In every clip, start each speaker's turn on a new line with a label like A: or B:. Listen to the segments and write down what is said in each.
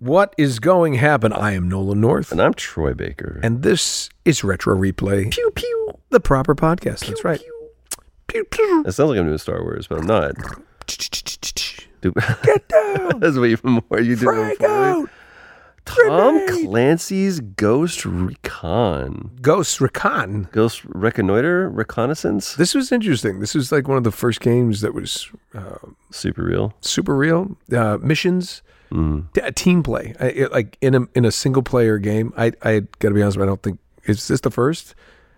A: What is going happen? I am Nolan North,
B: And I'm Troy Baker.
A: and this is Retro Replay. Pew pew. The proper podcast. That's right. Pew pew.
B: it sounds like I'm doing Star Wars, but I'm not. Do- That's way even more you do.
A: Frag out.
B: Tom
A: Grenade.
B: Clancy's Ghost Recon.
A: Ghost Recon.
B: Ghost Reconnoiter? Reconnaissance?
A: This was interesting. This was like one of the first games that was uh,
B: Super real.
A: super real uh, missions,
B: Mm.
A: t- uh, team play. I, it, like in a in a single player game, I I gotta be honest, I don't think is this the first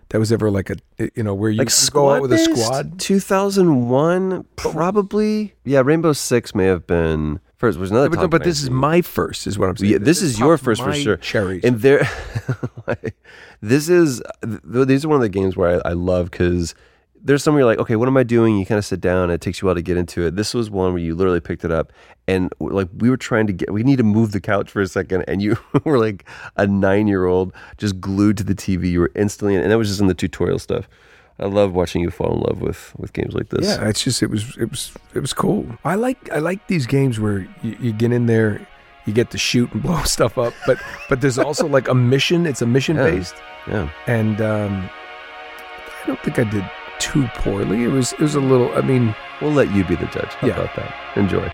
A: that was ever like a you know where you
B: Like
A: go out
B: squad
A: with a squad.
B: 2001, probably. Yeah, Rainbow Six may have been first. Was another
A: But,
B: Tom
A: no, but this
B: Clancy.
A: is my first, is what I'm saying.
B: Yeah, this is your first for
A: my
B: sure.
A: Cherries.
B: And there, this is th- these are one of the games where I, I love because there's some where you're like, okay, what am I doing? You kind of sit down. It takes you a while to get into it. This was one where you literally picked it up and w- like we were trying to get, we need to move the couch for a second, and you were like a nine year old just glued to the TV. You were instantly, in, and that was just in the tutorial stuff. I love watching you fall in love with with games like this.
A: Yeah, it's just it was it was it was cool. I like I like these games where you, you get in there, you get to shoot and blow stuff up, but but there's also like a mission. It's a mission
B: Yeah.
A: based,
B: yeah.
A: and um, I don't think I did too poorly. It was it was a little. I mean,
B: We'll let you be the judge. How
A: Yeah.
B: about that? Enjoy.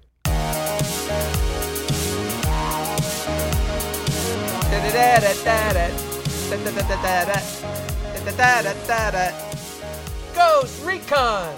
C: Ghost Recon.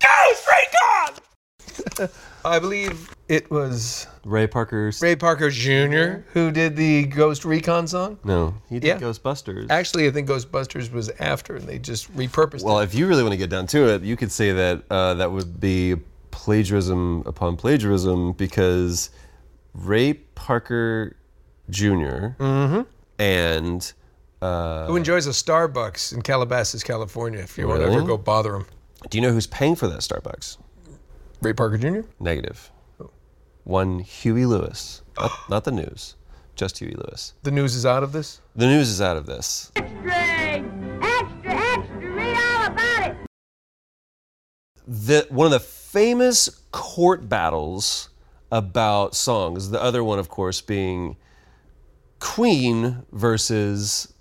C: Ghost Recon. I believe it was
B: Ray Parker's
C: Ray Parker Jr. who did the Ghost Recon song.
B: no, he did
C: Yeah.
B: Ghostbusters.
C: Actually, I think Ghostbusters was after, and they just repurposed
B: Well,
C: it.
B: if you really want to get down to it, you could say that uh, that would be plagiarism upon plagiarism because Ray Parker junior and uh,
C: Who enjoys a Starbucks in Calabasas, California? If you want to
B: Really?
C: ever go bother him,
B: do you know who's paying for that Starbucks?
C: Ray Parker Jr.
B: Negative. One Huey Lewis, not, not the news, just Huey Lewis.
C: The news is out of this.
B: The news is out of this.
D: Extra, extra, extra, read all about it.
B: the one of the famous court battles about songs. The other one, of course, being Queen versus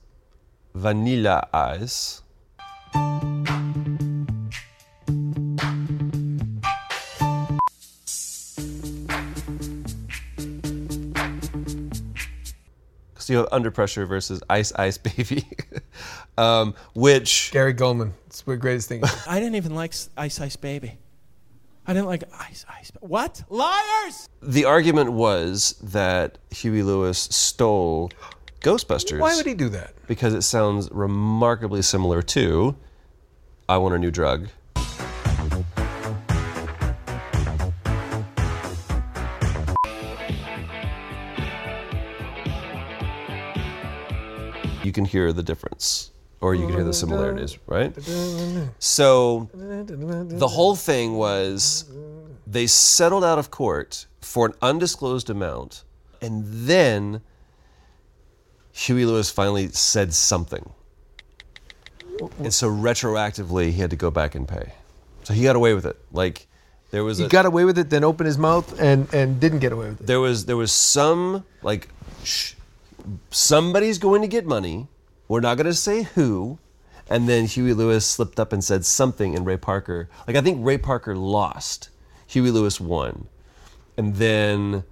B: Vanilla Ice. So you have Under Pressure versus Ice Ice Baby, um, which
C: Gary Goldman. It's the greatest thing.
E: I didn't even like S- Ice Ice Baby. I didn't like Ice Ice. Ba- What? Liars!
B: the argument was that Huey Lewis stole Ghostbusters
C: Why would he do that?
B: because it sounds remarkably similar to I Want a New Drug. You can hear the difference, or you can hear the similarities, right? So the whole thing was they settled out of court for an undisclosed amount, and then Huey Lewis finally said something. And so retroactively, he had to go back and pay. So he got away with it. Like there was
C: He
B: a,
C: got away with it, then opened his mouth and and didn't get away with it.
B: there was there was some like shh, somebody's going to get money. We're not going to say who. And then Huey Lewis slipped up and said something, and Ray Parker like I think Ray Parker lost. Huey Lewis won, and then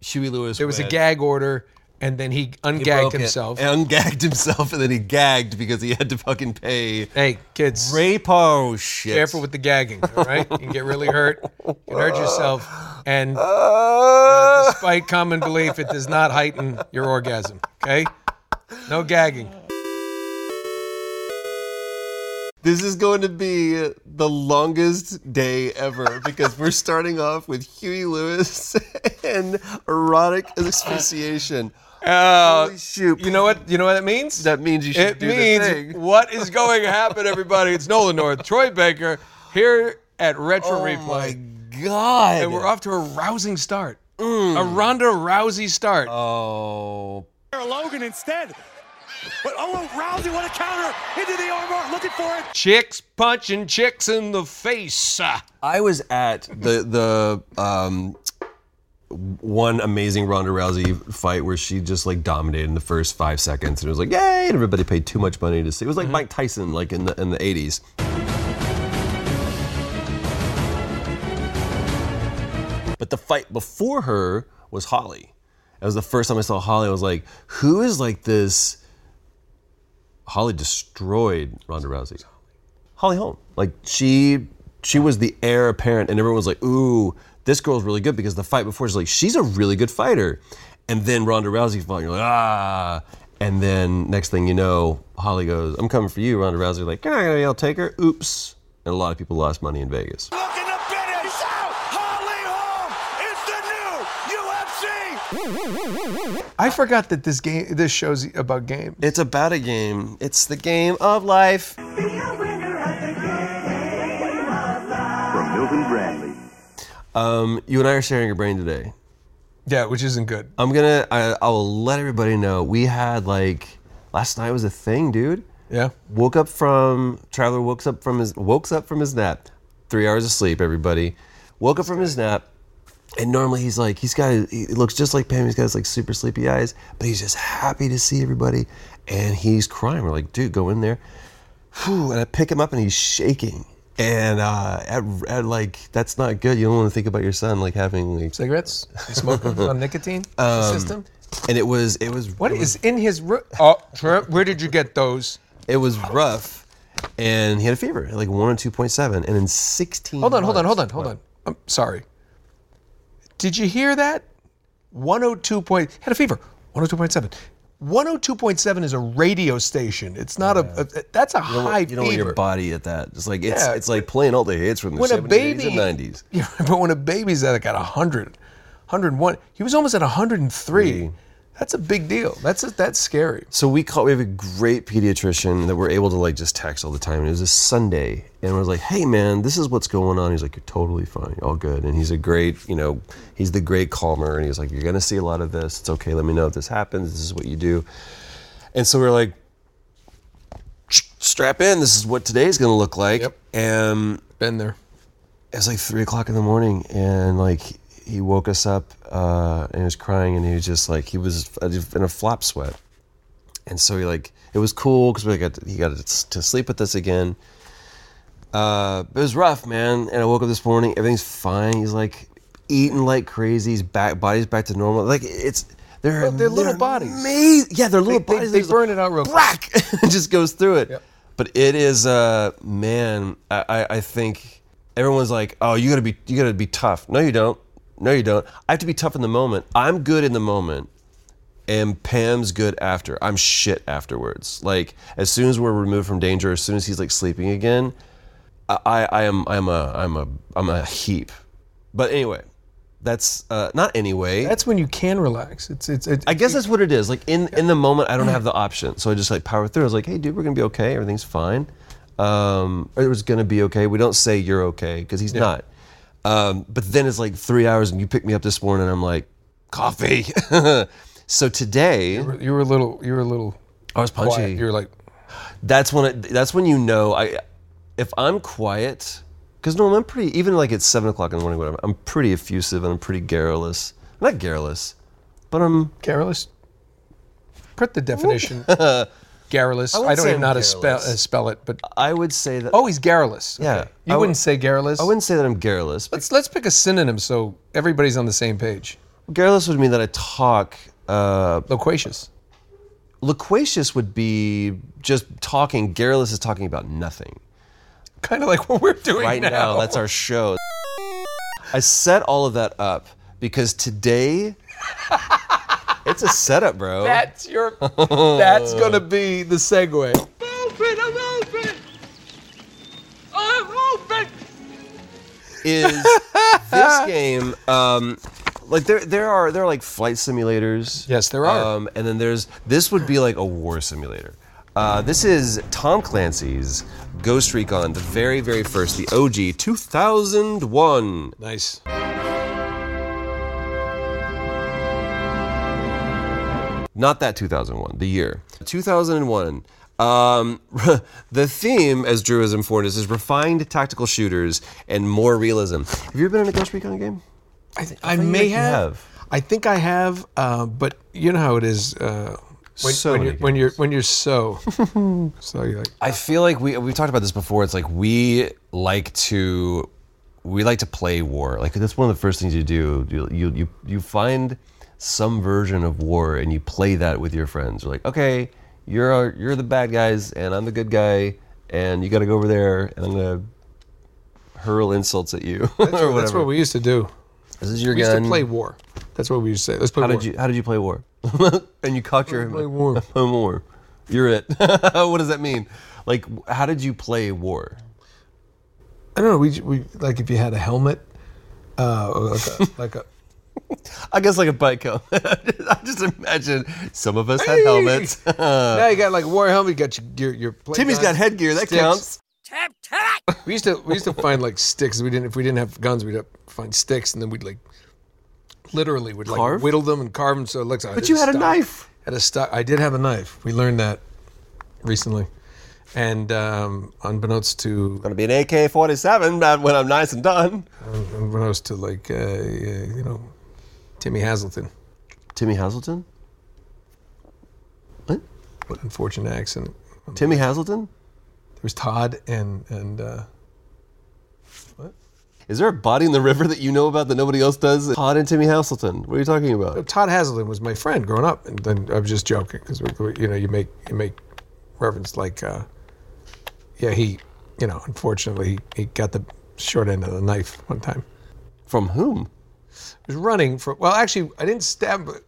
B: Huey Lewis.
C: There was a
B: read-
C: gag order, and then he
B: He
C: ungagged
B: broke it.
C: himself.
B: Ungagged himself, and then he gagged because he had to fucking pay.
C: Hey, kids,
B: Rape, oh shit.
C: careful with the gagging, all right? You can get really hurt, you can hurt yourself, and
B: Uh,
C: despite common belief, it does not heighten your orgasm, okay? No gagging.
B: This is going to be the longest day ever because we're starting off with Huey Lewis and erotic asphyxiation.
C: Uh,
B: Holy shoot.
C: you know what? You know what that means?
B: that means you should
C: it
B: do the
C: means
B: thing.
C: what is going to happen, everybody. It's Nolan North, Troy Baker here at
B: Oh
C: Retro Replay.
B: my god.
C: And we're off to a rousing start. A Ronda Rousey start.
B: oh.
E: Logan instead. But oh, Rousey, what a counter into the armbar, looking for it.
C: chicks punching chicks in the face.
B: I was at the the um one amazing Ronda Rousey fight where she just like dominated in the first five seconds, and it was like, yay! And everybody paid too much money to see. It was like Mike Tyson, like in the in the eighties. But the fight before her was Holly. That was the first time I saw Holly. I was like, who is like this? Holly destroyed Ronda Rousey. Holly Holm. Like she she was the heir apparent, and everyone was like, "Ooh, this girl's really good." Because the fight before, she's like, "She's a really good fighter," and then Ronda Rousey fought. And you're like, "Ah!" And then next thing you know, Holly goes, "I'm coming for you." Ronda Rousey like, "You're not gonna be able to take her." Oops. And a lot of people lost money in Vegas.
E: Looking to finish out. Holly Holm is the new UFC.
C: I forgot that this game, this show's about game.
B: It's about a game. It's the game of life.
F: From Milton Bradley.
B: Um, you and I are sharing your brain today.
C: Yeah, which isn't good.
B: I'm gonna. I, I will let everybody know. We had like last night was a thing, dude.
C: Yeah.
B: woke up from traveler woke up from his woke up from his nap three hours of sleep everybody woke up from his nap and normally he's like he's got he looks just like pam he's got his like super sleepy eyes but he's just happy to see everybody and he's crying we're like dude go in there Whew, and i pick him up and he's shaking and uh at, at like that's not good you don't want to think about your son like having like
C: Cigarettes? Smoking on nicotine system?
B: and it was it was
C: What
B: it was-
C: is in his room? Oh, Trent, where did you get those?
B: it was rough and he had a fever like one or two point seven and in sixteen
C: Hold on, hold on,
B: months-
C: hold on, hold on. I'm sorry. Did you hear that? 102 point, had a fever, 102.7. 102.7 is a radio station. It's not a, a- that's a
B: don't
C: high
B: want- Oh, you don't want
C: fever.
B: your body at that. It's like it's
C: Yeah.
B: it's like playing all the hits from the
C: when a
B: 70s,
C: baby
B: 80s, and 90s.
C: Yeah, but when a baby's at like at 100, 101, he was almost at 103. That's a big deal. That's a, that's scary.
B: So we call we have a great pediatrician that we're able to like just text all the time. And it was a Sunday, and I was like, "Hey man, this is what's going on." He's like, "You're totally fine, all good." And he's a great, you know, he's the great calmer, and he's like, "You're gonna see a lot of this. It's okay. Let me know if this happens. This is what you do." And so we're like, "Strap in. This is what today's gonna look like."
C: Yep.
B: And
C: Been there.
B: it was like three o'clock in the morning, and like he woke us up uh, and he was crying, and he was just like he was in a flop sweat, and so he like it was cool because we got to, he got to, to sleep with us again. Uh, but it was rough, man. And I woke up this morning, everything's fine. He's like eating like crazy. His back body's back to normal. Like it's they're
C: Well, they're little bodies.
B: amaz- Yeah, they're little
C: they-
B: bodies. They're
C: they
B: just
C: burn it out real quick.
B: Brack! it just goes through it. But it is, uh, man. I, I, I think everyone's like, "Oh, you gotta be, you gotta be tough." No, you don't. No, you don't. I have to be tough in the moment. I'm good in the moment, and Pam's good after. I'm shit afterwards. Like as soon as we're removed from danger, as soon as he's like sleeping again, I, I, I am, I'm a, I'm a, I'm a heap. But anyway, that's uh, not anyway.
C: That's when you can relax. It's it's. it's
B: I guess that's what it is. Like in in the moment, I don't have the option, so I just like power through. I was like, "Hey, dude, we're gonna be okay. Everything's fine. Um, or it was gonna be okay." We don't say you're okay because he's not. Um, but then it's like three hours, and you pick me up this morning, and I'm like, "Coffee." so today,
C: you were a little. You were a little.
B: I was
C: quiet.
B: punchy.
C: You were like,
B: that's when it, that's when you know I if I'm quiet because normally I'm pretty even like it's seven o'clock in the morning whatever I'm pretty effusive and I'm pretty garrulous not garrulous but I'm
C: careless. Put the definition. garrulous. I,
B: wouldn't
C: don't
B: say
C: even know how to
B: I'm
C: spell, uh,
B: garrulous.
C: spell it, but
B: I would say that
C: oh, he's garrulous.
B: Yeah.
C: Okay.
B: I
C: You
B: wou-
C: wouldn't say garrulous.
B: I wouldn't say that I'm garrulous but
C: Let's let's pick a synonym so everybody's on the same page.
B: Garrulous would mean that I talk. Uh,
C: Loquacious.
B: loquacious would be just talking. Garrulous is talking about nothing.
C: Kind of like what we're doing
B: right now. That's our show. I set all of that up because today it's a setup, bro.
C: That's your. that's gonna be the segue.
B: Is this game um like there there are there are like flight simulators.
C: Yes, there are.
B: Um, and then there's this would be like a war simulator. Uh, this is Tom Clancy's Ghost Recon, the very, very first, the OG 2001.
C: Nice.
B: not that 2001 the year 2001 um, the theme as drew has informed us is refined tactical shooters and more realism have you ever been in a ghost recon game
C: I, th- I may
B: you
C: have,
B: have.
C: I think I have, uh, but you know how it is. Uh, when,
B: So
C: when
B: many
C: you're, when you're when you're so so you're like
B: i feel like we we talked about this before it's like we like to we like to play war like that's one of the first things you do you you you, you find some version of war and you play that with your friends you're like okay you're our, you're the bad guys and i'm the good guy and you got to go over there and i'm going to hurl insults at you or
C: that's
B: whatever
C: what we used to do.
B: This is your
C: We used
B: gun.
C: to play war. That's what we used to say. Let's play
B: how
C: war.
B: did you How did you play war? and you cocked your
C: play war.
B: play war. You're it. what does that mean? Like, how did you play war?
C: I don't know. We, we like if you had a helmet, uh, or like a, like a
B: I guess like a bike helmet. I just imagine some of us had helmets.
C: now you got like a war helmet. You got your your, your plate
B: Uh, Timmy's
C: gun,
B: got headgear. That
C: sticks.
B: counts.
C: We used to we used to find like sticks. We didn't if we didn't have guns, we'd have, find sticks, and then we'd like literally would like
B: Carve?
C: whittle them and carve them. So it looks. like
B: But you had a knife.
C: Had a stock. I did have a knife. We learned that recently, and um, unbeknownst to
B: Gonna be an AK-47 but when I'm nice and done.
C: unbeknownst to like uh, you know Timmy Hazelton,
B: Timmy Hazelton. What?
C: what unfortunate accident. There
B: Timmy Hazelton?
C: was Todd and and uh,
B: Is there a body in the river that you know about that nobody else does? Todd and Timmy Hazelton. What are you talking about?
C: Todd Hazelton was my friend growing up, and then I was just joking because you know you make you make reference like, uh, yeah, he, you know, unfortunately he, he got the short end of the knife one time.
B: From whom?
C: He was running for well, actually I didn't stab, but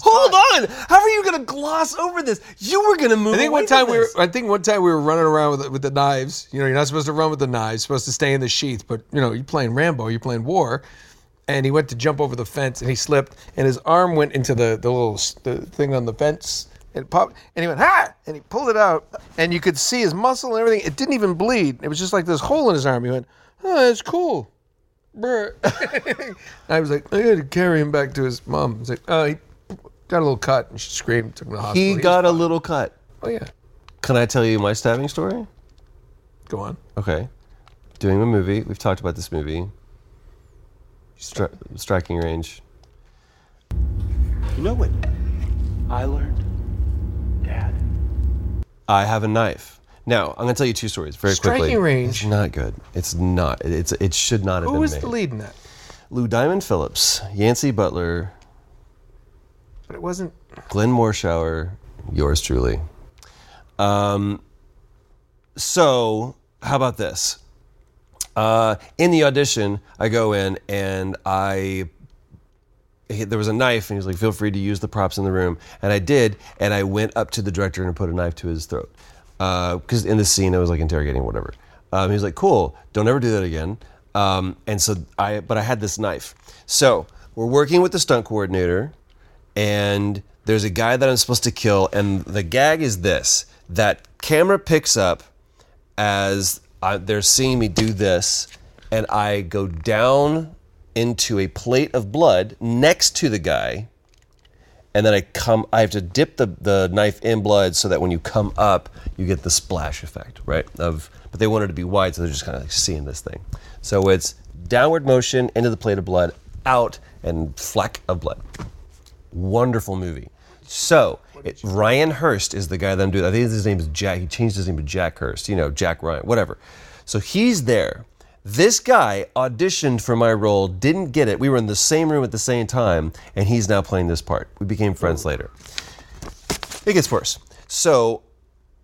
B: Hold on! How are you gonna gloss over this? You were gonna move.
C: I think one
B: away from
C: time we were
B: this.
C: I think one time we were running around with the, with the knives. You know, you're not supposed to run with the knives, you're supposed to stay in the sheath, but you know, you're playing Rambo, you're playing war. And he went to jump over the fence, and he slipped, and his arm went into the, the little s- the thing on the fence, and it popped, and he went ha, and he pulled it out, and you could see his muscle and everything. It didn't even bleed. It was just like this hole in his arm. He went, oh, that's cool, bruh. And I was like, I had to carry him back to his mom. He's like, oh, he got a little cut, and she screamed, took him to the hospital.
B: He got a little cut.
C: oh yeah,
B: Can I tell you my stabbing story?
C: go on.
B: Okay. Doing a movie. We've talked about this movie. Stri- striking range.
F: You know what I learned? Dad.
B: I have a knife. Now I'm gonna tell you two stories very quickly.
C: Striking range.
B: It's not good. It's not. It's it should not have
C: Who
B: been
C: was
B: made.
C: the lead in that?
B: Lou Diamond Phillips, Yancey Butler,
C: But it wasn't.
B: Glenn Morshower, yours truly. Um, so, how about this? Uh, in the audition, I go in and I. he- There was a knife, and he was like, "Feel free to use the props in the room," and I did, and I went up to the director and put a knife to his throat, because in the scene I was like interrogating whatever. Um, he was like, "Cool, don't ever do that again." Um, and so I, but I had this knife. So we're working with the stunt coordinator, and there's a guy that I'm supposed to kill, and the gag is this: that camera picks up as I, they're seeing me do this, and I go down into a plate of blood next to the guy, and then I come. I have to dip the, the knife in blood so that when you come up, you get the splash effect, right? Of but they wanted to be wide, so they're just kind of like seeing this thing. So it's downward motion into the plate of blood, out and flack of blood. Wonderful movie. So it, Ryan Hurst is the guy that I'm doing. I think his name is Jack. He changed his name to Jack Hurst. You know, Jack Ryan, whatever. So he's there, This guy auditioned for my role, didn't get it. We were in the same room at the same time, and he's now playing this part. We became friends later. It gets worse. So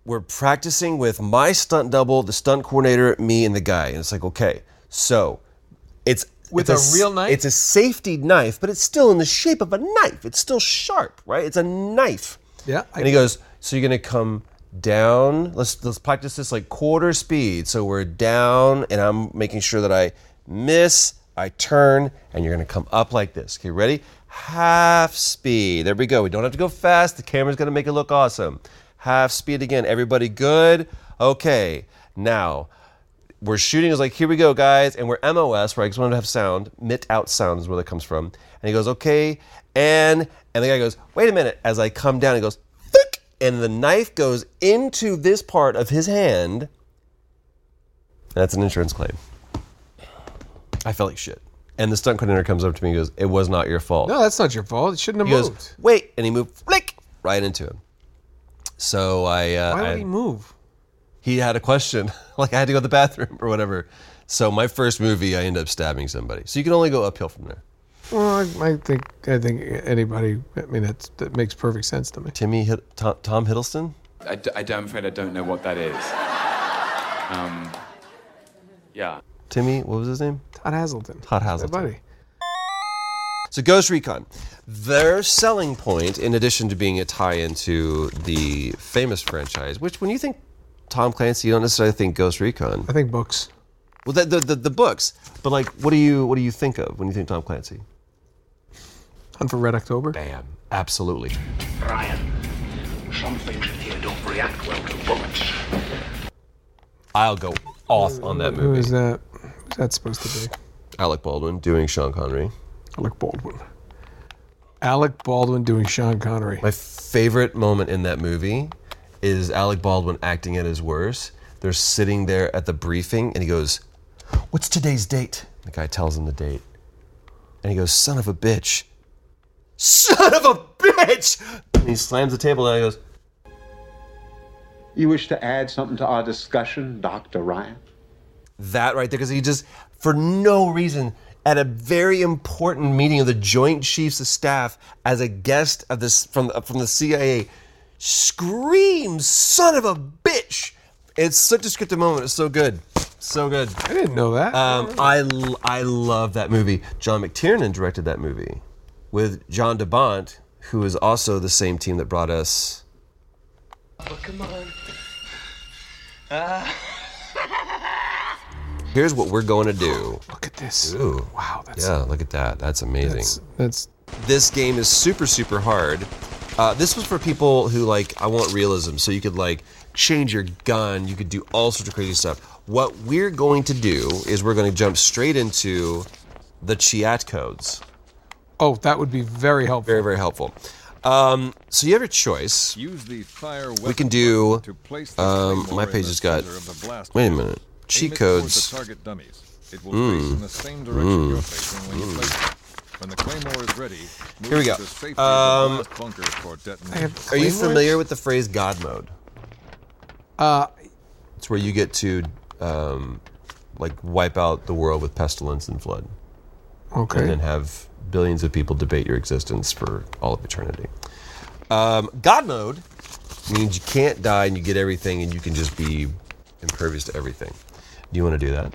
B: we're practicing with my stunt double, the stunt coordinator, me, and the guy. And it's like, okay, so it's
C: With
B: it's
C: a
B: s-
C: real knife?
B: It's a safety knife, but it's still in the shape of a knife. It's still sharp, right? It's a knife.
C: Yeah, I-
B: and he goes, so you're gonna come down. Let's let's practice this like quarter speed. So we're down, and I'm making sure that I miss. I turn, and you're gonna come up like this. Okay, ready? Half speed. There we go. We don't have to go fast. The camera's gonna make it look awesome. Half speed again. Everybody good? Okay. Now we're shooting. It's like, here we go, guys. And we're MOS, right? Because we want to have sound. Mit out sound is where that comes from. And he goes, okay. And and the guy goes, wait a minute. As I come down, he goes, thick. And the knife goes into this part of his hand. That's an insurance claim. I felt like shit. And the stunt coordinator comes up to me and goes, it was not your fault.
C: No, that's not your fault. It shouldn't
B: he
C: have
B: goes,
C: moved.
B: wait. And he moved, flick, right into him. So I. Uh,
C: Why would
B: I-
C: he move?
B: he had a question like i had to go to the bathroom or whatever so my first movie i end up stabbing somebody so you can only go uphill from there
C: Well, I, I think I think anybody. I mean, that's, that makes perfect sense to me.
B: timmy Hid- tom, tom hiddleston
G: I d- I d- I'm afraid I don't know what that is. Um, yeah.
B: timmy what was his name
C: Todd Hazelton.
B: Todd
C: That's my
B: Hazelton.
C: buddy.
B: so ghost recon their selling point in addition to being a tie-in to the famous franchise which when you think tom clancy you don't necessarily think ghost recon
C: I think books.
B: well the, the, the, the books but like what do you what do you think of when you think tom clancy
C: Hunt for Red October.
B: bam absolutely
H: Ryan, some things in here don't react well to bullets.
B: i'll go off on that
C: Who
B: movie
C: is that? Who's that supposed to be?
B: alec baldwin doing sean connery
C: Alec Baldwin. Alec Baldwin doing Sean Connery.
B: My favorite moment in that movie is Alec Baldwin acting at his worst. They're sitting there at the briefing and he goes, What's today's date? The guy tells him the date. And he goes, Son of a bitch. Son of a bitch! And he slams the table and he goes,
I: You wish to add something to our discussion, Dr. Ryan?
B: That right there. Because he just, for no reason, at a very important meeting of the Joint Chiefs of Staff as a guest of this from, uh, from the CIA, screams, son of a bitch. It's such a descriptive moment. It's so good. So good.
C: I didn't know that.
B: Um, I, l- I love that movie. John McTiernan directed that movie with John DeBont, who is also the same team that brought us. Here's what we're going to do.
C: Look at this.
B: Ooh.
C: Wow, that's
B: Yeah, look at that. That's amazing
C: that's, that's
B: this game is super super hard uh, this was for people who like i want realism so you could like change your gun you could do all sorts of crazy stuff what we're going to do is we're going to jump straight into the chiat codes
C: Oh, that would be very helpful.
B: very very helpful um, so you have your choice
J: Use the fire
B: we can do
J: to place the
B: um,
J: claymore
B: my
J: in
B: page
J: the
B: has got
J: center of the blast
B: wait a
J: hole.
B: minute
J: Aim
B: cheat
J: it towards
B: codes Hmm.
J: The target dummies. It will face in the same direction you're facing when you place it. When the claymore is ready, move
B: Here we go.
J: To the safety of
B: Um,
J: the blast bunker for detonation.
B: are you familiar with the phrase god mode
C: Uh,
B: it's where you get to um, like wipe out the world with pestilence and flood and
C: okay.
B: then have billions of people debate your existence for all of eternity. Um, God mode means you can't die and you get everything and you can just be impervious to everything. Do you want to do that?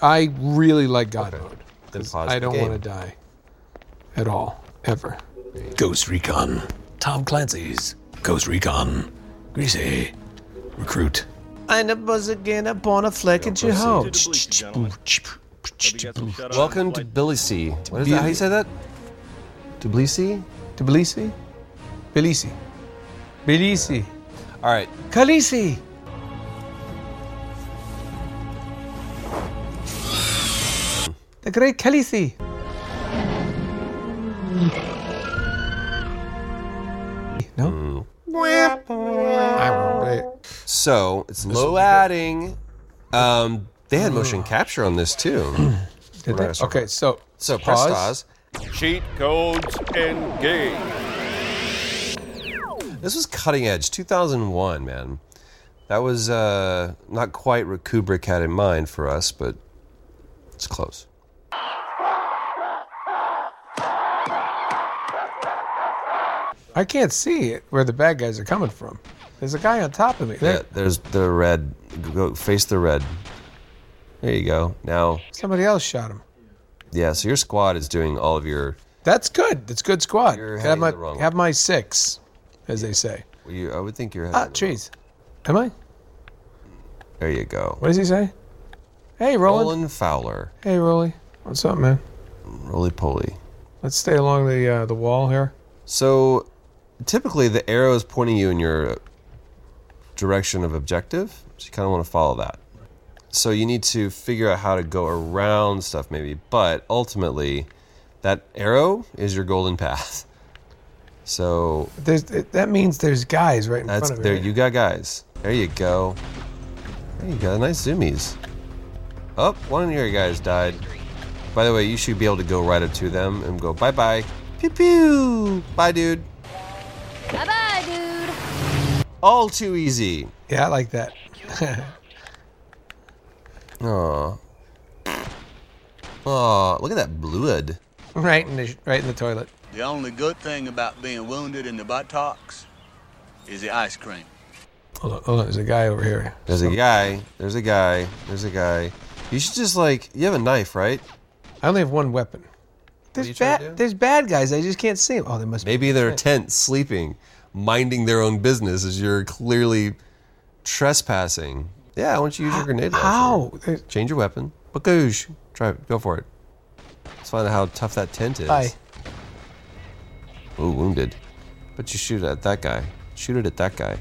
C: I really like God mode.
B: Then pause
C: I
B: the
C: don't
B: game.
C: want to die at all, ever.
H: Ghost Recon. Tom Clancy's Ghost Recon. Greasy. Recruit.
E: And it was again upon a fleck at your home.
B: Welcome to Tbilisi. What is that? How do you say that? Tbilisi?
C: Tbilisi? Tbilisi. Tbilisi.
B: All right.
C: Khaleesi. The great Khaleesi. No? I won't play it.
B: So it's low adding. Um, they had motion capture on this too.
C: Did they?
B: Right.
C: Okay, so
B: So press stars.
J: Cheat codes engage.
B: This was cutting edge, 2001, man. That was uh, not quite what Kubrick had in mind for us, but it's close.
C: I can't see it where the bad guys are coming from. There's a guy on top of me. There,
B: Yeah, there's the red. Go face the red. There you go. Now,
C: Somebody else shot him.
B: yeah. So your squad is doing all of your.
C: That's good. That's good squad. Have
B: heading
C: my
B: the wrong way.
C: have my six, as they say.
B: You, I would think you're.
C: Ah, trees. Am I?
B: There you go.
C: What does he say? Hey, Roland.
B: Roland Fowler.
C: Hey, Rolly. What's up, man?
B: Roly poly.
C: Let's stay along the uh, the wall here.
B: So, typically the arrow is pointing you in your direction of objective, so you kind of want to follow that. So you need to figure out how to go around stuff, maybe. But ultimately, that arrow is your golden path. So
C: There's, that means there's guys right in
B: that's
C: front of
B: there.
C: me.
B: You got guys. There you go. There you go. Nice zoomies. Oh, one of your guys died. By the way, you should be able to go right up to them and go bye bye. Pew pew. Bye, dude.
D: Bye bye, dude.
B: All too easy.
C: Yeah, I like that.
B: Aw. Aw, look at that blood.
C: right in the right in the toilet.
K: The only good thing about being wounded in the buttocks is the ice cream.
C: Hold on, hold on. There's a guy over here.
B: There's a guy. There's a guy. There's a guy. You should just like you have a knife, right?
C: I only have one weapon. There's bad. There's bad guys. I just can't see them. Oh, they must.
B: Maybe they're tent sleeping, minding their own business as you're clearly trespassing. Yeah, why don't you use your grenade launcher?
C: How?
B: Change your weapon. Bakoosh. Try go for it. Let's find out how tough that tent is.
C: Bye.
B: Ooh, wounded. But you shoot at that guy. Shoot it at that guy.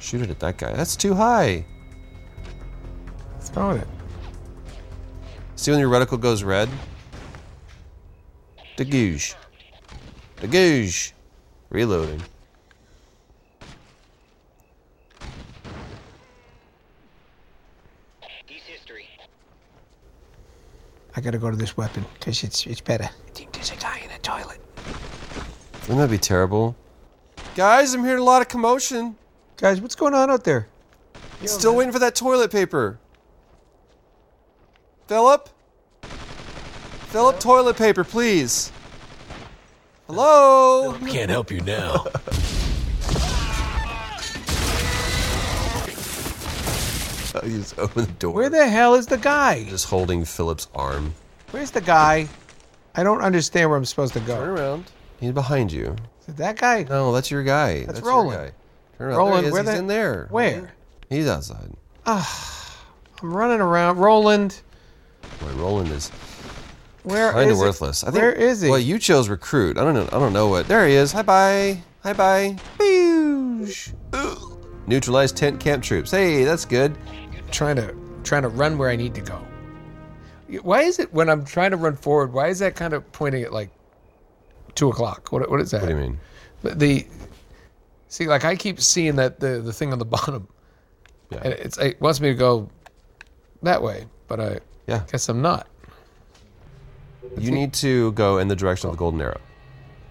B: Shoot it at that guy. That's too high.
C: What's wrong with it?
B: See when your reticle goes red? The googe. The googe. Reloading.
C: I gotta go to this weapon because it's it's better. I think there's a guy in a toilet.
B: Wouldn't that be terrible? Guys, I'm hearing a lot of commotion.
C: Guys, what's going on out there?
B: Still waiting for that toilet paper. Philip? Philip, toilet paper, please. Hello?
C: Can't help you now.
B: you just open the door.
C: Where the hell is the guy?
B: Just holding Philip's arm.
C: Where's the guy? I don't understand where I'm supposed to go.
B: Turn around. He's behind you.
C: Is it that guy?
B: No, that's your guy.
C: That's
B: your
C: Roland.
B: guy. Turn around.
C: Roland,
B: there he is.
C: where
B: He's
C: the-
B: in there.
C: Where?
B: He's outside.
C: I'm running around. Roland,
B: Boy, Roland is
C: where
B: kind
C: is
B: of
C: he?
B: worthless. I think,
C: where is he?
B: Well, you chose recruit. I don't know. I don't know what. There he is. Hi bye. Hi bye. Beoosh. Neutralize tent camp troops. Hey, that's good.
C: trying to trying to run where I need to go. Why is it when I'm trying to run forward? Why is that kind of pointing at like two o'clock? What what is that?
B: What do you mean?
C: The, the- see, like I keep seeing that the the thing on the bottom,
B: Yeah.
C: and it's it wants me to go that way, but I
B: Yeah.
C: guess I'm not.
B: You need to go in the direction of the golden arrow.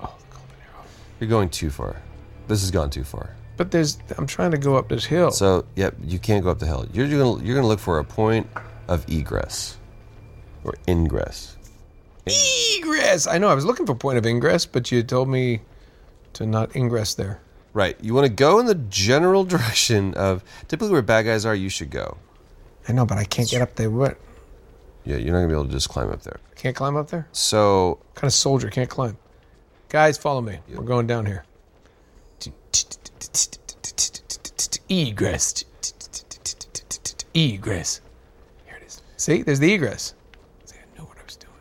C: Oh, the golden arrow.
B: You're going too far. This has gone too far.
C: But there's I'm trying to go up this hill.
B: So, yep, you can't go up the hill. You're gonna you're gonna look for a point of egress or ingress.
C: ingress. I know I was looking for point of ingress, but you told me to not ingress there.
B: Right. You want to go in the general direction of typically where bad guys are. You should go.
C: I know, but I can't get up there. What?
B: Yeah, you're not gonna be able to just climb up there.
C: Can't climb up there?
B: So
C: kind of soldier can't climb. Guys, follow me. We're going down here. Egress. Egress. Here it is. See, there's the egress. See, I knew what I was doing.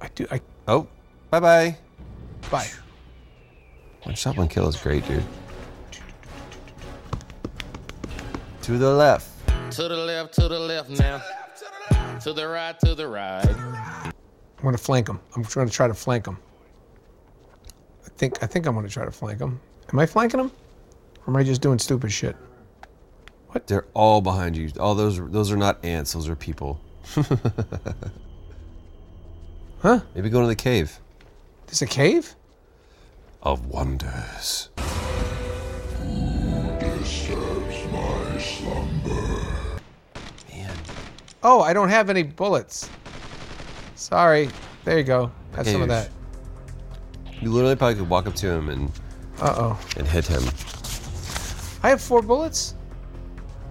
C: I do. I
B: Oh, bye bye.
C: bye.
B: One shot, one kill is great, dude. To the left.
L: To the left, to the left now. To the right, to the right.
C: I'm gonna flank him. I'm trying to try to flank him. I think. I think I'm gonna try to flank him. Am I flanking him? Or am I just doing stupid shit?
B: They're all behind you. All those those are not ants. Those are people.
C: Huh?
B: Maybe go into the cave
C: There's a cave.
B: of wonders.
H: disturbs my slumber.
C: Oh, I don't have any bullets. Sorry. There you go. Have some of that.
B: You literally probably could walk up to him and
C: Uh-oh.
B: and hit him.
C: I have four bullets.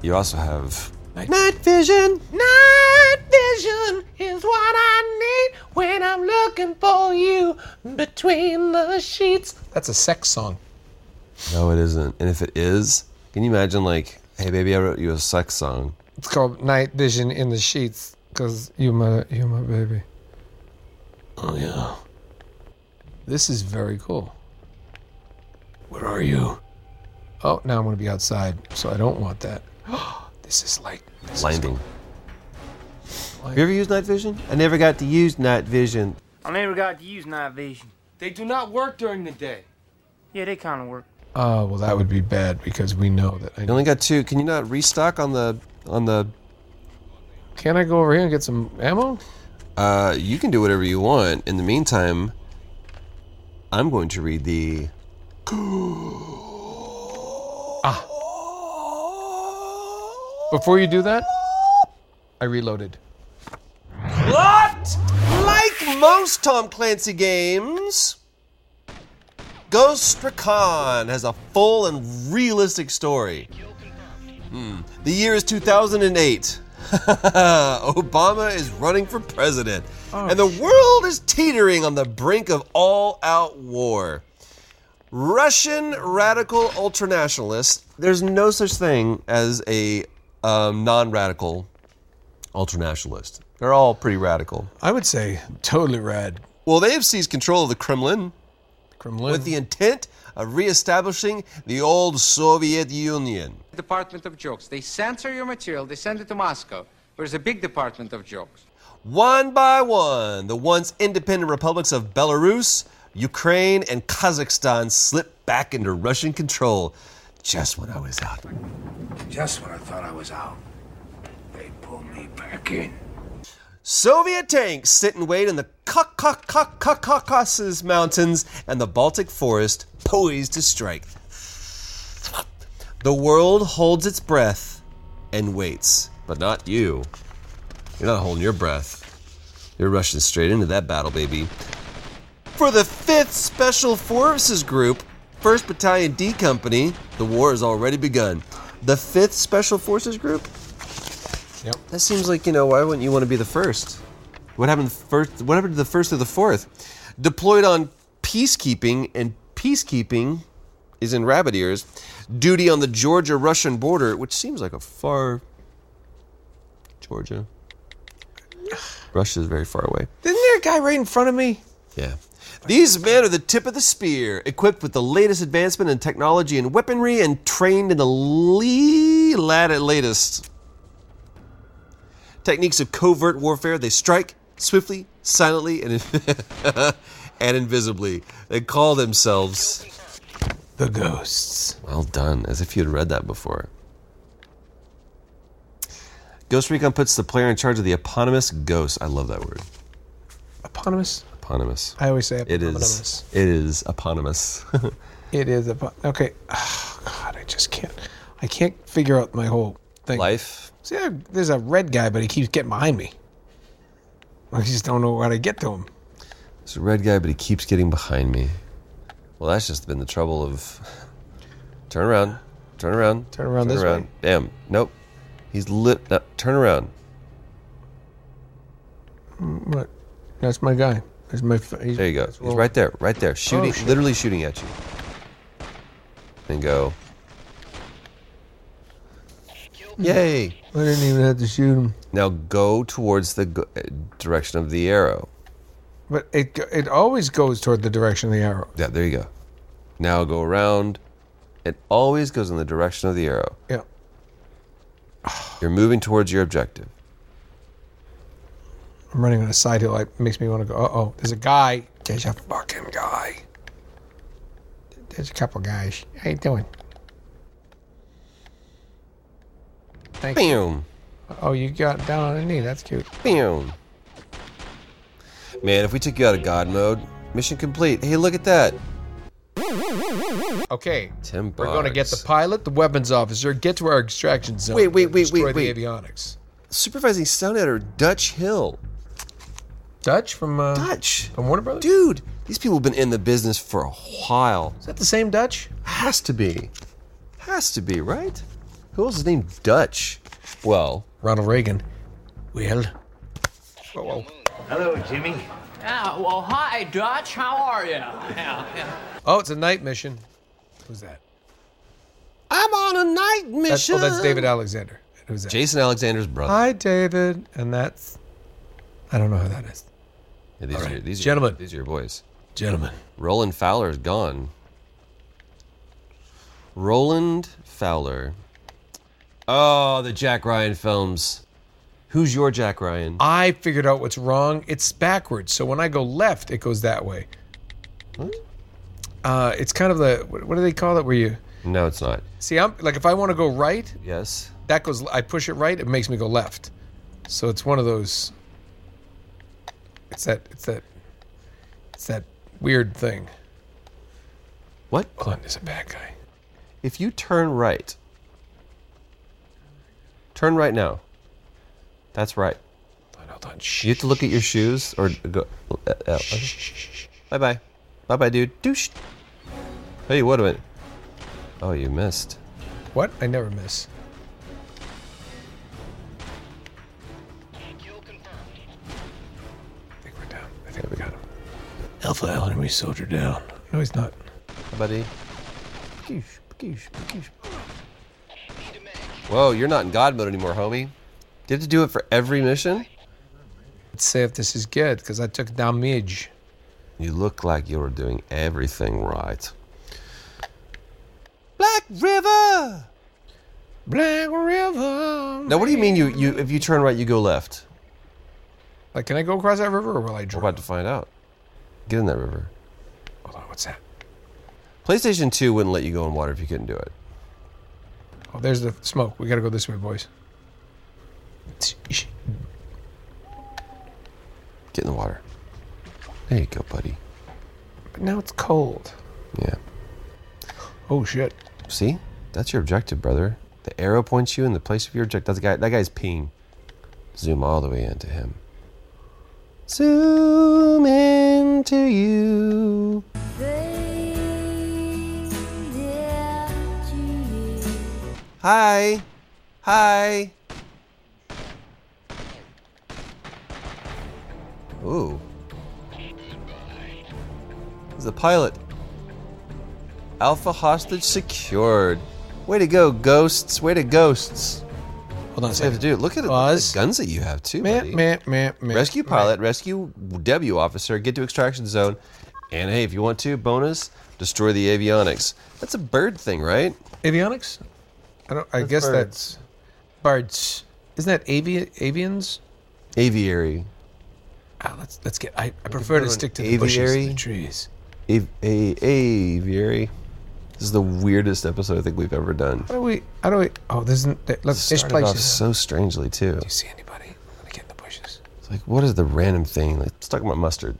B: You also have
C: Night vision.
M: Night vision is what I need when I'm looking for you between the sheets.
C: That's a sex song.
B: no, it isn't. And if it is, can you imagine like, hey baby, I wrote you a sex song.
C: It's called Night Vision in the Sheets because you my you my baby.
B: Oh yeah.
C: This is very cool.
B: Where are you?
C: Oh, now I'm going to be outside, so I don't want that. this is like
B: Blinding. Have you ever used night vision? I never got to use night vision.
N: I never got to use night vision. They do not work during the day. Yeah, they kind of work.
C: Oh well, that would be bad because we know that. I
B: You only got two. Can you not restock on the on the
C: Can I go over here and get some ammo?
B: Uh, you can do whatever you want. In the meantime, I'm going to read the. Ah.
C: Before you do that, I reloaded.
B: What? Like most Tom Clancy games, Ghost Recon has a full and realistic story. Hmm. The year is 2008. Obama is running for president, and the world is teetering on the brink of all out war. Russian radical ultranationalists, there's no such thing as a um, non radical ultranationalist. They're all pretty radical.
C: I would say totally rad.
B: Well, they have seized control of the Kremlin, Kremlin. with the intent of reestablishing the old Soviet Union.
O: Department of Jokes. They censor your material, they send it to Moscow. There's a big Department of Jokes.
B: One by one, the once independent republics of Belarus, Ukraine, and Kazakhstan slipped back into Russian control just when I was out.
H: Just when I thought I was out, they pulled me back in.
B: Soviet tanks sit and wait in the Ca- Ca- Ca- Ca- Caucasus Mountains and the Baltic Forest, poised to strike. The world holds its breath and waits, but not you. You're not holding your breath. You're rushing straight into that battle, baby. For the 5th Special Forces Group, 1st Battalion D Company, the war has already begun. The 5th Special Forces Group?
C: Yep.
B: That seems like, you know, why wouldn't you want to be the first? What happened first what happened to the first or the fourth? Deployed on peacekeeping and peacekeeping is in rabbit ears. Duty on the Georgia Russian border, which seems like a far Georgia. Russia's very far away.
C: Isn't there a guy right in front of me?
B: Yeah. These men are the tip of the spear, equipped with the latest advancement in technology and weaponry, and trained in the le- lat- latest techniques of covert warfare. They strike swiftly, silently, and, and invisibly. They call themselves
C: the Ghosts.
B: Well done, as if you had read that before. Ghost Recon puts the player in charge of the eponymous ghost. I love that word.
C: Eponymous.
B: Eponymous.
C: I always say
B: It
C: eponymous.
B: is. It is eponymous.
C: It is a bu- okay. Oh, God, I just can't. I can't figure out my whole thing.
B: Life.
C: See, I- there's a red guy, but he keeps getting behind me. I just don't know how to get to him.
B: It's a red guy, but he keeps getting behind me. Well, that's just been the trouble of turn around, turn around,
C: Turn around this way.
B: Damn, nope. He's lit. No, turn around.
C: Mm, What? That's my guy. That's my. f- He's,
B: There you go. He's right there, right there, shooting,
C: shit.
B: literally shooting at you. And go. Yay!
C: I didn't even have to shoot him.
B: Now go towards the go- uh, direction of the arrow.
C: But it go- it always goes toward the direction of the arrow.
B: Yeah, there you go. Now go around. It always goes in the direction of the arrow.
C: Yeah.
B: You're moving towards your objective.
C: I'm running on a side hill. Like makes me want to go. Uh oh. There's a guy. There's a fucking guy. There's a couple guys. How you doing? Thank
B: you.
C: Oh, you got down on a knee. That's cute.
B: Boom. Man, if we took you out of God mode, mission complete. Hey, look at that.
C: Okay.
B: Tim
C: We're going to get
B: Boggs.
C: the pilot, the weapons officer, get to our extraction zone.
B: Wait, wait, wait,
C: destroy
B: wait, wait.
C: the avionics.
B: Supervising sound editor Dutch Hill.
C: Dutch from uh,
B: Dutch
C: from Warner Brothers.
B: Dude, these people have been in the business for a while.
C: Is that the same Dutch?
B: Has to be. Has to be, right? Who else is named Dutch? Well,
C: Ronald Reagan. Well,
P: Hello, Jimmy.
Q: Yeah, Ah, well, hi, Dutch. How are you? Yeah, yeah.
C: oh, it's a night mission. Who's that?
Q: I'm on a night
C: That's, oh, that's David Alexander. Who's that?
B: Jason Alexander's brother.
C: Hi, David. And that's I don't know who that is.
B: Yeah, these,
C: All
B: are,
C: right.
B: these are-
C: Gentlemen.
B: these are your boys.
C: Gentlemen.
B: Roland Fowler is gone. Roland Fowler. Oh, the Jack Ryan films. Who's your Jack Ryan?
C: I figured out what's wrong. It's backwards. So when I go left, it goes that way. Uh, it's kind of the what, what do they call it? Where you
B: No, it's not.
C: see, I'm like if I want to go right,
B: Yes.
C: that goes. I push it right, it makes me go left. So it's one of those. It's that. It's that. It's that weird thing.
B: What?
C: Hold on, there's a bad guy.
B: If you turn right, turn right now. That's right. You have to look at your shoes or go. uh, Bye bye. Bye bye, dude. Douche. Hey, what a minute. Oh, you missed.
C: What? I never miss. I think we got him. Alpha Allen, we soldier down. No, he's not.
B: Hi, buddy. Whoa, you're not in God mode anymore, homie. Did you have to do it for every mission?
C: Let's see if this is good, because I took damage.
B: You look like you were doing everything right.
Q: Black River.
C: Black River.
B: Now, what do you mean you, you if you turn right, you go left?
C: Like, can I go across that river or will I
B: We're
C: drown?
B: about to find out. Get in that river.
C: Hold on, what's that?
B: PlayStation 2 wouldn't let you go in water if you couldn't do it.
C: Oh, there's the smoke. We gotta go this way, boys.
B: Get in the water. There you go, buddy.
C: But now it's cold.
B: Yeah.
C: Oh shit.
B: See? That's your objective, brother. The arrow points you in the place of your objective. That guy that guy's peeing. Zoom all the way into him. Zoom into you. Hi. Hi. Ooh. He's the pilot. Alpha hostage secured. Way to go, ghosts. Way to ghosts.
C: Hold on a
B: second. Dude, look at look at the guns that you have, too. buddy.
C: Meh, meh, meh.
B: Rescue pilot, rescue W officer, get to extraction zone. And hey, if you want to, bonus, destroy the avionics. That's a bird thing, right?
C: Avionics? I don't. I
B: That's
C: guess
B: birds.
C: that's birds. Isn't that avi- avians?
B: Aviary.
C: Ah, let's let's get. I, I prefer to stick to the bushes,
B: aviary.
C: and the trees.
B: A- a- aviary. This is the weirdest episode I think we've ever done.
C: How do we? How do we? Oh, there's. n- there- Let's
B: Started
C: just
B: off
C: places.
B: so strangely too. Do you
C: see anybody? I'm gonna get in the bushes.
B: It's like, what is the random thing? Like, let's talk about mustard.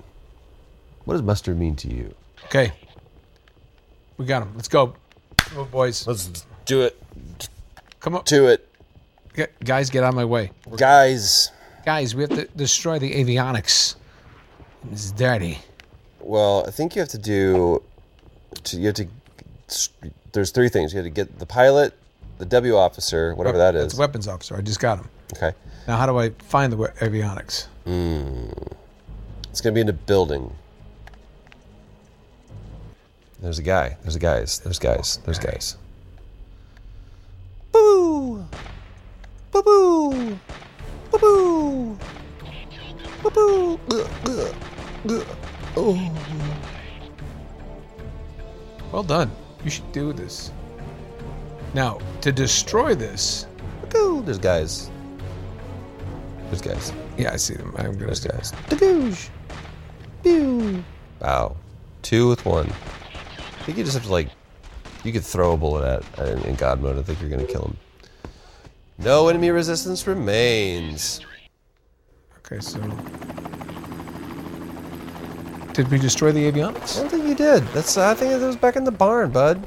B: What does mustard mean to you?
C: Okay. We got him. Let's go, Come on, boys.
B: Let's do it.
C: Come on.
B: Do it.
C: guys, get out of my way.
B: Guys.
C: Guys, we have to destroy the avionics. This is dirty.
B: Well, I think you have to do. To, you have to. There's three things. You have to get the pilot, the W officer, whatever that
C: That's
B: is.
C: weapons officer. I just got him.
B: Okay.
C: Now, how do I find the we- avionics?
B: Mm. It's gonna be in a building. There's a guy. There's a guys. There's guys. There's guys. Boo! Boo boo! Boo boo! Boo boo! Ugh, ugh, ugh. Oh.
C: Well done. You should do this. Now, to destroy this.
B: Doo-doo. There's guys. There's guys.
C: Yeah, I see them. I'm gonna
B: There's guys.
C: Dagoosh. Pew.
B: Wow. Two with one. I think you just have to, like, you could throw a bullet at in, in God mode. I think you're going to kill him. No enemy resistance remains.
C: Okay, so. Did we destroy the avionics?
B: I don't think you did. That's I think it was back in the barn, bud.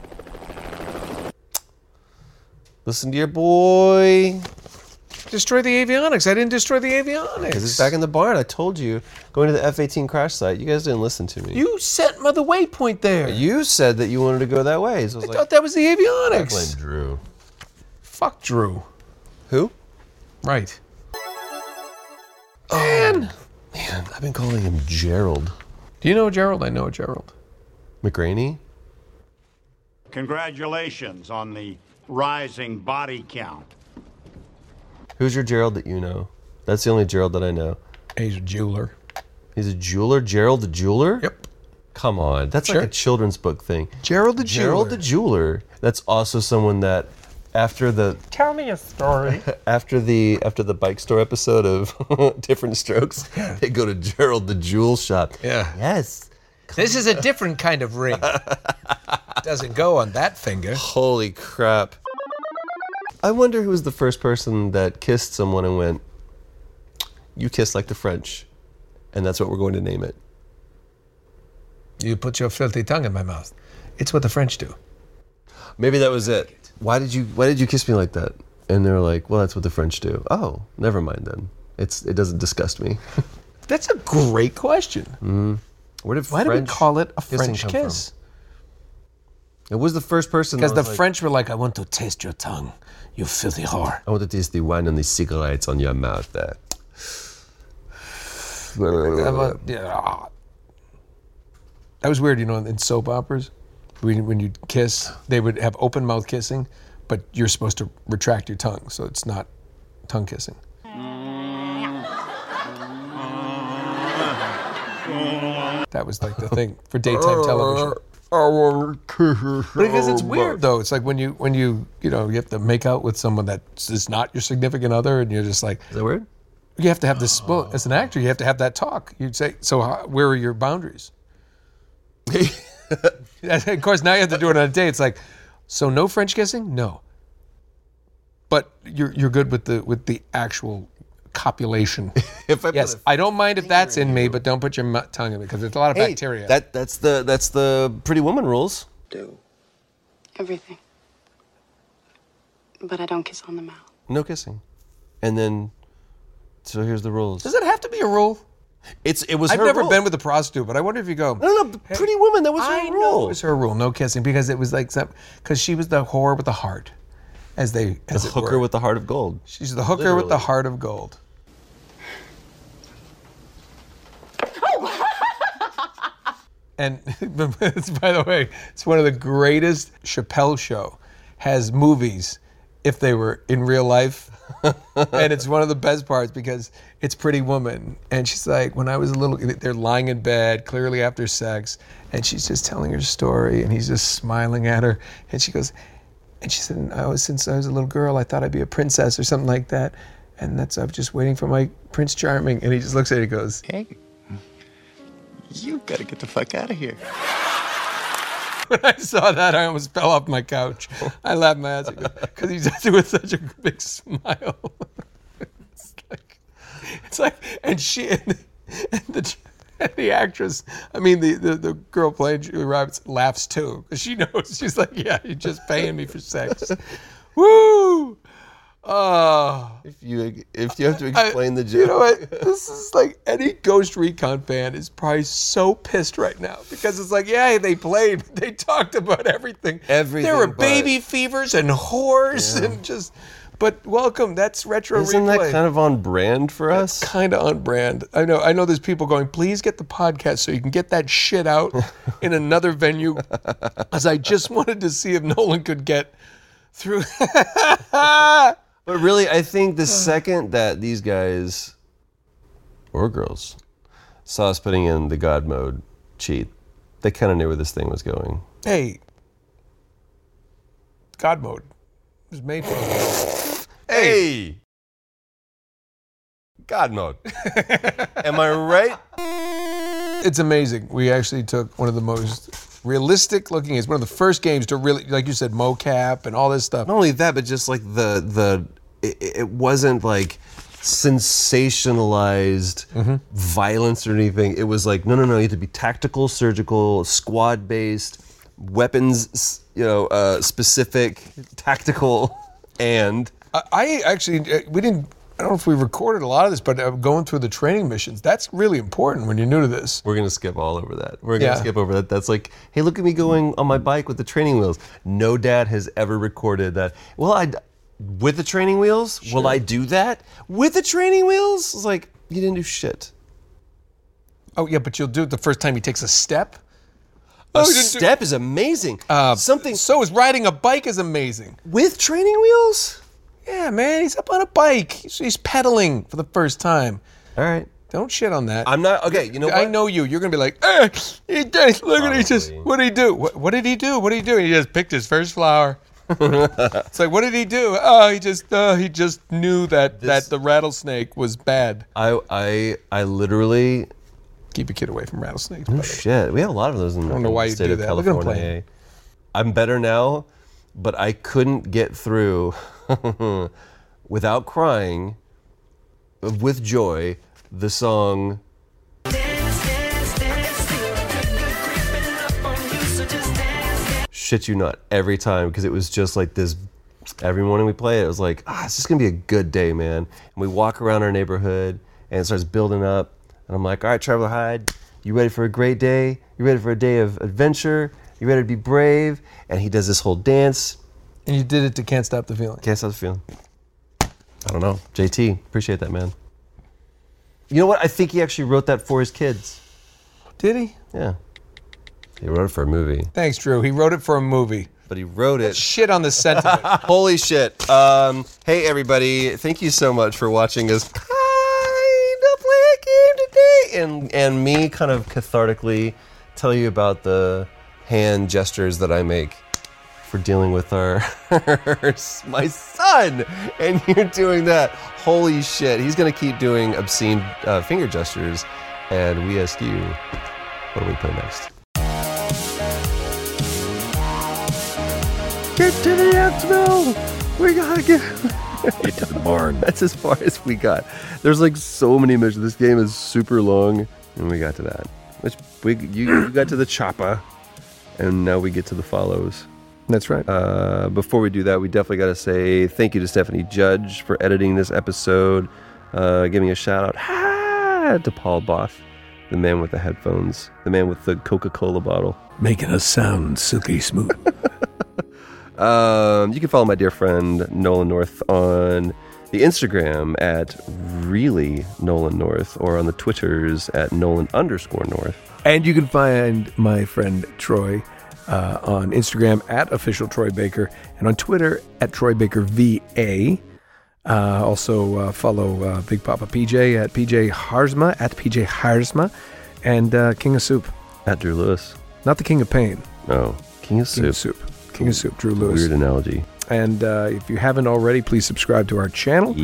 B: Listen to your boy.
C: Destroy the avionics. I didn't destroy the avionics.
B: Because it's back in the barn. I told you. Going to the F 18 crash site. You guys didn't listen to me.
C: You sent my the waypoint there.
B: You said that you wanted to go that way. So I was
C: I
B: like,
C: thought that was the
B: I
C: avionics.
B: blame Drew.
C: Fuck Drew.
B: Who?
C: Right. Oh,
B: Man. Man, I've been calling him Gerald.
C: Do you know Gerald? I know Gerald.
B: McGraney?
P: Congratulations on the rising body count.
B: Who's your Gerald that you know? That's the only Gerald that I know.
C: He's a jeweler.
B: He's a jeweler? Gerald the jeweler?
C: Yep.
B: Come on. That's
C: Sure.
B: like a children's book thing.
C: Gerald the
B: Gerald the jeweler. That's also someone that after the
C: Tell me a story.
B: after the after the bike store episode of Different Strokes, they go to Gerald the Jewel Shop.
C: Yeah.
B: Yes.
C: This is a different kind of ring. Doesn't go on that finger.
B: Holy crap. I wonder who was the first person that kissed someone and went, You kiss like the French. And that's what we're going to name it.
C: You put your filthy tongue in my mouth. It's what the French do.
B: Maybe that was it. Why did you why did you kiss me like that? And they're like, Well, that's what the French do. Oh, never mind then. It's it doesn't disgust me.
C: That's a great question.
B: mm. Where did
C: Why do we
B: French
C: call it a
B: kissing
C: French
B: come from?
C: kiss?
B: It was the first person that
C: Because the
B: was like,
C: French were like, I want to taste your tongue, you filthy whore.
B: I want to taste the wine and the cigarettes on your mouth there. Uh,
C: Yeah. ah. That was weird, you know, in soap operas, when, when you'd kiss, they would have open mouth kissing, but you're supposed to retract your tongue, so it's not tongue kissing. That was like the thing for daytime television. But because
B: Oh,
C: it's weird though, it's like when you when you you know you have to make out with someone that is not your significant other, and you're just like,
B: is that weird?
C: You have to have this well, as an actor. You have to have that talk. You'd say, so how, where are your boundaries? of course, now you have to do it on a date. It's like, so no French kissing, no. But you're you're good with the with the actual copulation.
B: if I
C: yes, I don't mind if that's in me, but don't put your mu- tongue in me because there's a lot of
B: Hey,
C: bacteria.
B: That that's the that's the Pretty Woman rules. Do
R: Everything. But I don't kiss on the mouth.
B: no kissing, and then so here's the rules.
C: Does that have to be a rule?
B: It's it was.
C: I've
B: her
C: never
B: rule.
C: been with a prostitute, but I wonder if you go.
B: No, no, the Pretty Woman. That was her rule.
C: It was her rule, no kissing, because it was like some because she was the whore with the heart, as they as
B: the
C: it
B: hooker
C: were.
B: with the heart of gold.
C: She's the hooker with the heart of gold. and it's, by the way, it's one of the greatest Chappelle show has movies if they were in real life. and it's one of the best parts because it's Pretty Woman. And she's like, when I was a little, they're lying in bed, clearly after sex. And she's just telling her story. And he's just smiling at her. And she goes, and she said, I was, since I was a little girl, I thought I'd be a princess or something like that. And that's, I was just waiting for my Prince Charming. And he just looks at her and goes, Hey,
S: You gotta get the fuck out of here.
C: when I saw that, I almost fell off my couch. I laughed my ass off because he does it with such a big smile. it's, like, it's like, and she and, and the and the actress, I mean the, the the girl playing Julie Roberts laughs too because she knows she's like, yeah, you're just paying me for sex. Woo! Oh.
B: If you if you have to
C: I-
B: explain the joke,
C: You know what? This is like any Ghost Recon fan is probably so pissed right now because it's like, yeah, they played, but they talked about everything.
B: Everything
C: There were
B: but-
C: baby fevers and whores and just. But welcome. That's retro
B: Isn't
C: replay.
B: that kind of on brand for us?
C: Kind of on brand. I know. I know. There's people going, please get the podcast so you can get that shit out in another venue. As I just wanted to see if Nolan could get through. but
B: really, I think the second that these guys or girls saw us putting in the God mode cheat, they kind of knew where this thing was going.
C: Hey, God mode was made for.
B: Hey! God mode. Am I right?
C: It's amazing. We actually took one of the most realistic looking. It's one of the first games to really, like you said, mocap and all this stuff.
B: Not only that, but just like the the it, it wasn't like sensationalized violence or anything. It was like no, no, no. You had to be tactical, surgical, squad based, weapons, you know, uh, specific, tactical. And
C: I, I actually, uh, we didn't. I don't know if we recorded a lot of this, but uh, going through the training missions, that's really important when you're new to this.
B: We're gonna skip all over that. We're gonna
C: Yeah.
B: skip over that. That's like, hey, look at me going on my bike with the training wheels. No dad has ever recorded that. Well, I with the training wheels. Will I do that with the training wheels? It's like you didn't do shit.
C: Oh yeah, but you'll do it the first time he takes a step.
B: A
C: Oh, you didn't do- Uh,
B: step is amazing. Something.
C: So is riding a bike is amazing.
B: With training wheels?
C: Yeah, man. He's up on a bike. He's, he's pedaling for the first time.
B: All right.
C: Don't shit on that.
B: I'm not okay. You know,
C: I know you. You're gonna be like, eh, he did. Look at he just. What did he do? What, what did he do? What did he do? He just picked his first flower. it's like, what did he do? Oh, he just, uh, he just knew that that the rattlesnake was bad.
B: I I I literally
C: keep a kid away from rattlesnakes.
B: Oh shit, we have a lot of those in,
C: don't know
B: in
C: why
B: the
C: you
B: state
C: do
B: of
C: that. Look at 'em
B: California.
C: playing.
B: I'm better now, but I couldn't get through without crying with joy the song. Shit you not every time because it was just like this. Every morning we play it, it was like, ah, it's just gonna be a good day, man. And we walk around our neighborhood and it starts building up. And I'm like, all right, Traveler Hyde, you ready for a great day? You ready for a day of adventure? You ready to be brave? And he does this whole dance.
C: And you did it to Can't Stop the Feeling.
B: Can't stop the feeling. I don't know. JT, appreciate that, man. You know what? I think he actually wrote that for his kids.
C: Did he?
B: Yeah. He wrote it for a movie.
C: Thanks, Drew. He wrote it for a movie.
B: But he wrote it.
C: Shit on the sentiment.
B: Holy shit. Um, hey, everybody. Thank you so much for watching us kind of play a game today. And, and me kind of cathartically tell you about the hand gestures that I make for dealing with our my son and you're doing that holy shit he's gonna keep doing obscene uh, finger gestures and we ask you what do we play next Get to the Xville. We gotta get. get to the barn. That's as far as we got. There's like so many missions. This game is super long, and we got to that. Which we you, you got to the choppa, and now we get to the follows.
A: That's right.
B: Uh, before we do that, we definitely got to say thank you to Stephanie Judge for editing this episode, uh, giving a shout out "Ha!" to Paul Both, the man with the headphones, the man with the Coca-Cola bottle.
A: Making us sound silky smooth.
B: Um, you can follow my dear friend Nolan North on the Instagram at really Nolan North or on the Twitters at Nolan underscore North.
A: And you can find my friend Troy uh, on Instagram at official Troy Baker and on Twitter at Troy Baker VA. Uh, also uh, follow uh, Big Papa PJ at PJ Harzma at PJ Harzma and uh, King of Soup
B: at Drew Lewis.
A: Not the King of Pain.
B: No, King of
A: King of
B: Soup.
A: Soup. King of Soup. Drew Lewis.
B: Weird analogy.
A: And uh, if you haven't already, please subscribe to our channel.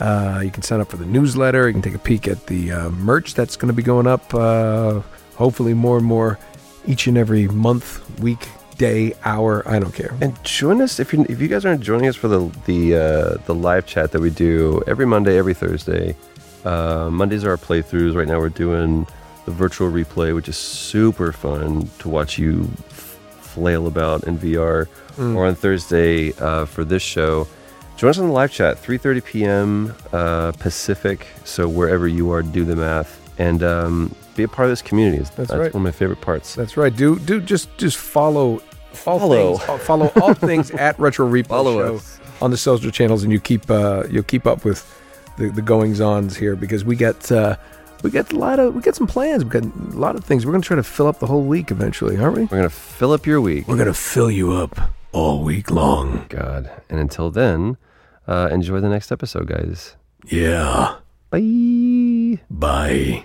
A: Uh, you can sign up for the newsletter. You can take a peek at the uh, merch that's going to be going up. Uh, hopefully, more and more each and every month, week, day, hour. I don't care.
B: And join us if you if you guys aren't joining us for the the uh, the live chat that we do every Monday, every Thursday. Uh, Mondays are our playthroughs. Right now, we're doing the virtual replay, which is super fun to watch you f- flail about in VR.
T: Mm.
B: Or on Thursday uh, for this show, join us on the live chat 3:30 p.m. Uh, Pacific. So wherever you are, do the math and um, be a part of this community. That's,
A: right.
B: one of my favorite parts.
A: That's right. Do do just just follow all
B: Follow.
A: things. uh, Follow all things at Retro Replay
B: Follow
A: Show on the social channels, and you keep uh, you'll keep up with the, the goings ons here because we got uh, we got a lot of we got some plans. We got a lot of things. We're gonna try to fill up the whole week eventually, aren't we?
B: We're gonna fill up your week.
A: We're gonna fill you up all week long.
B: God. And until then, uh, enjoy the next episode, guys.
A: Yeah.
B: Bye.
A: Bye.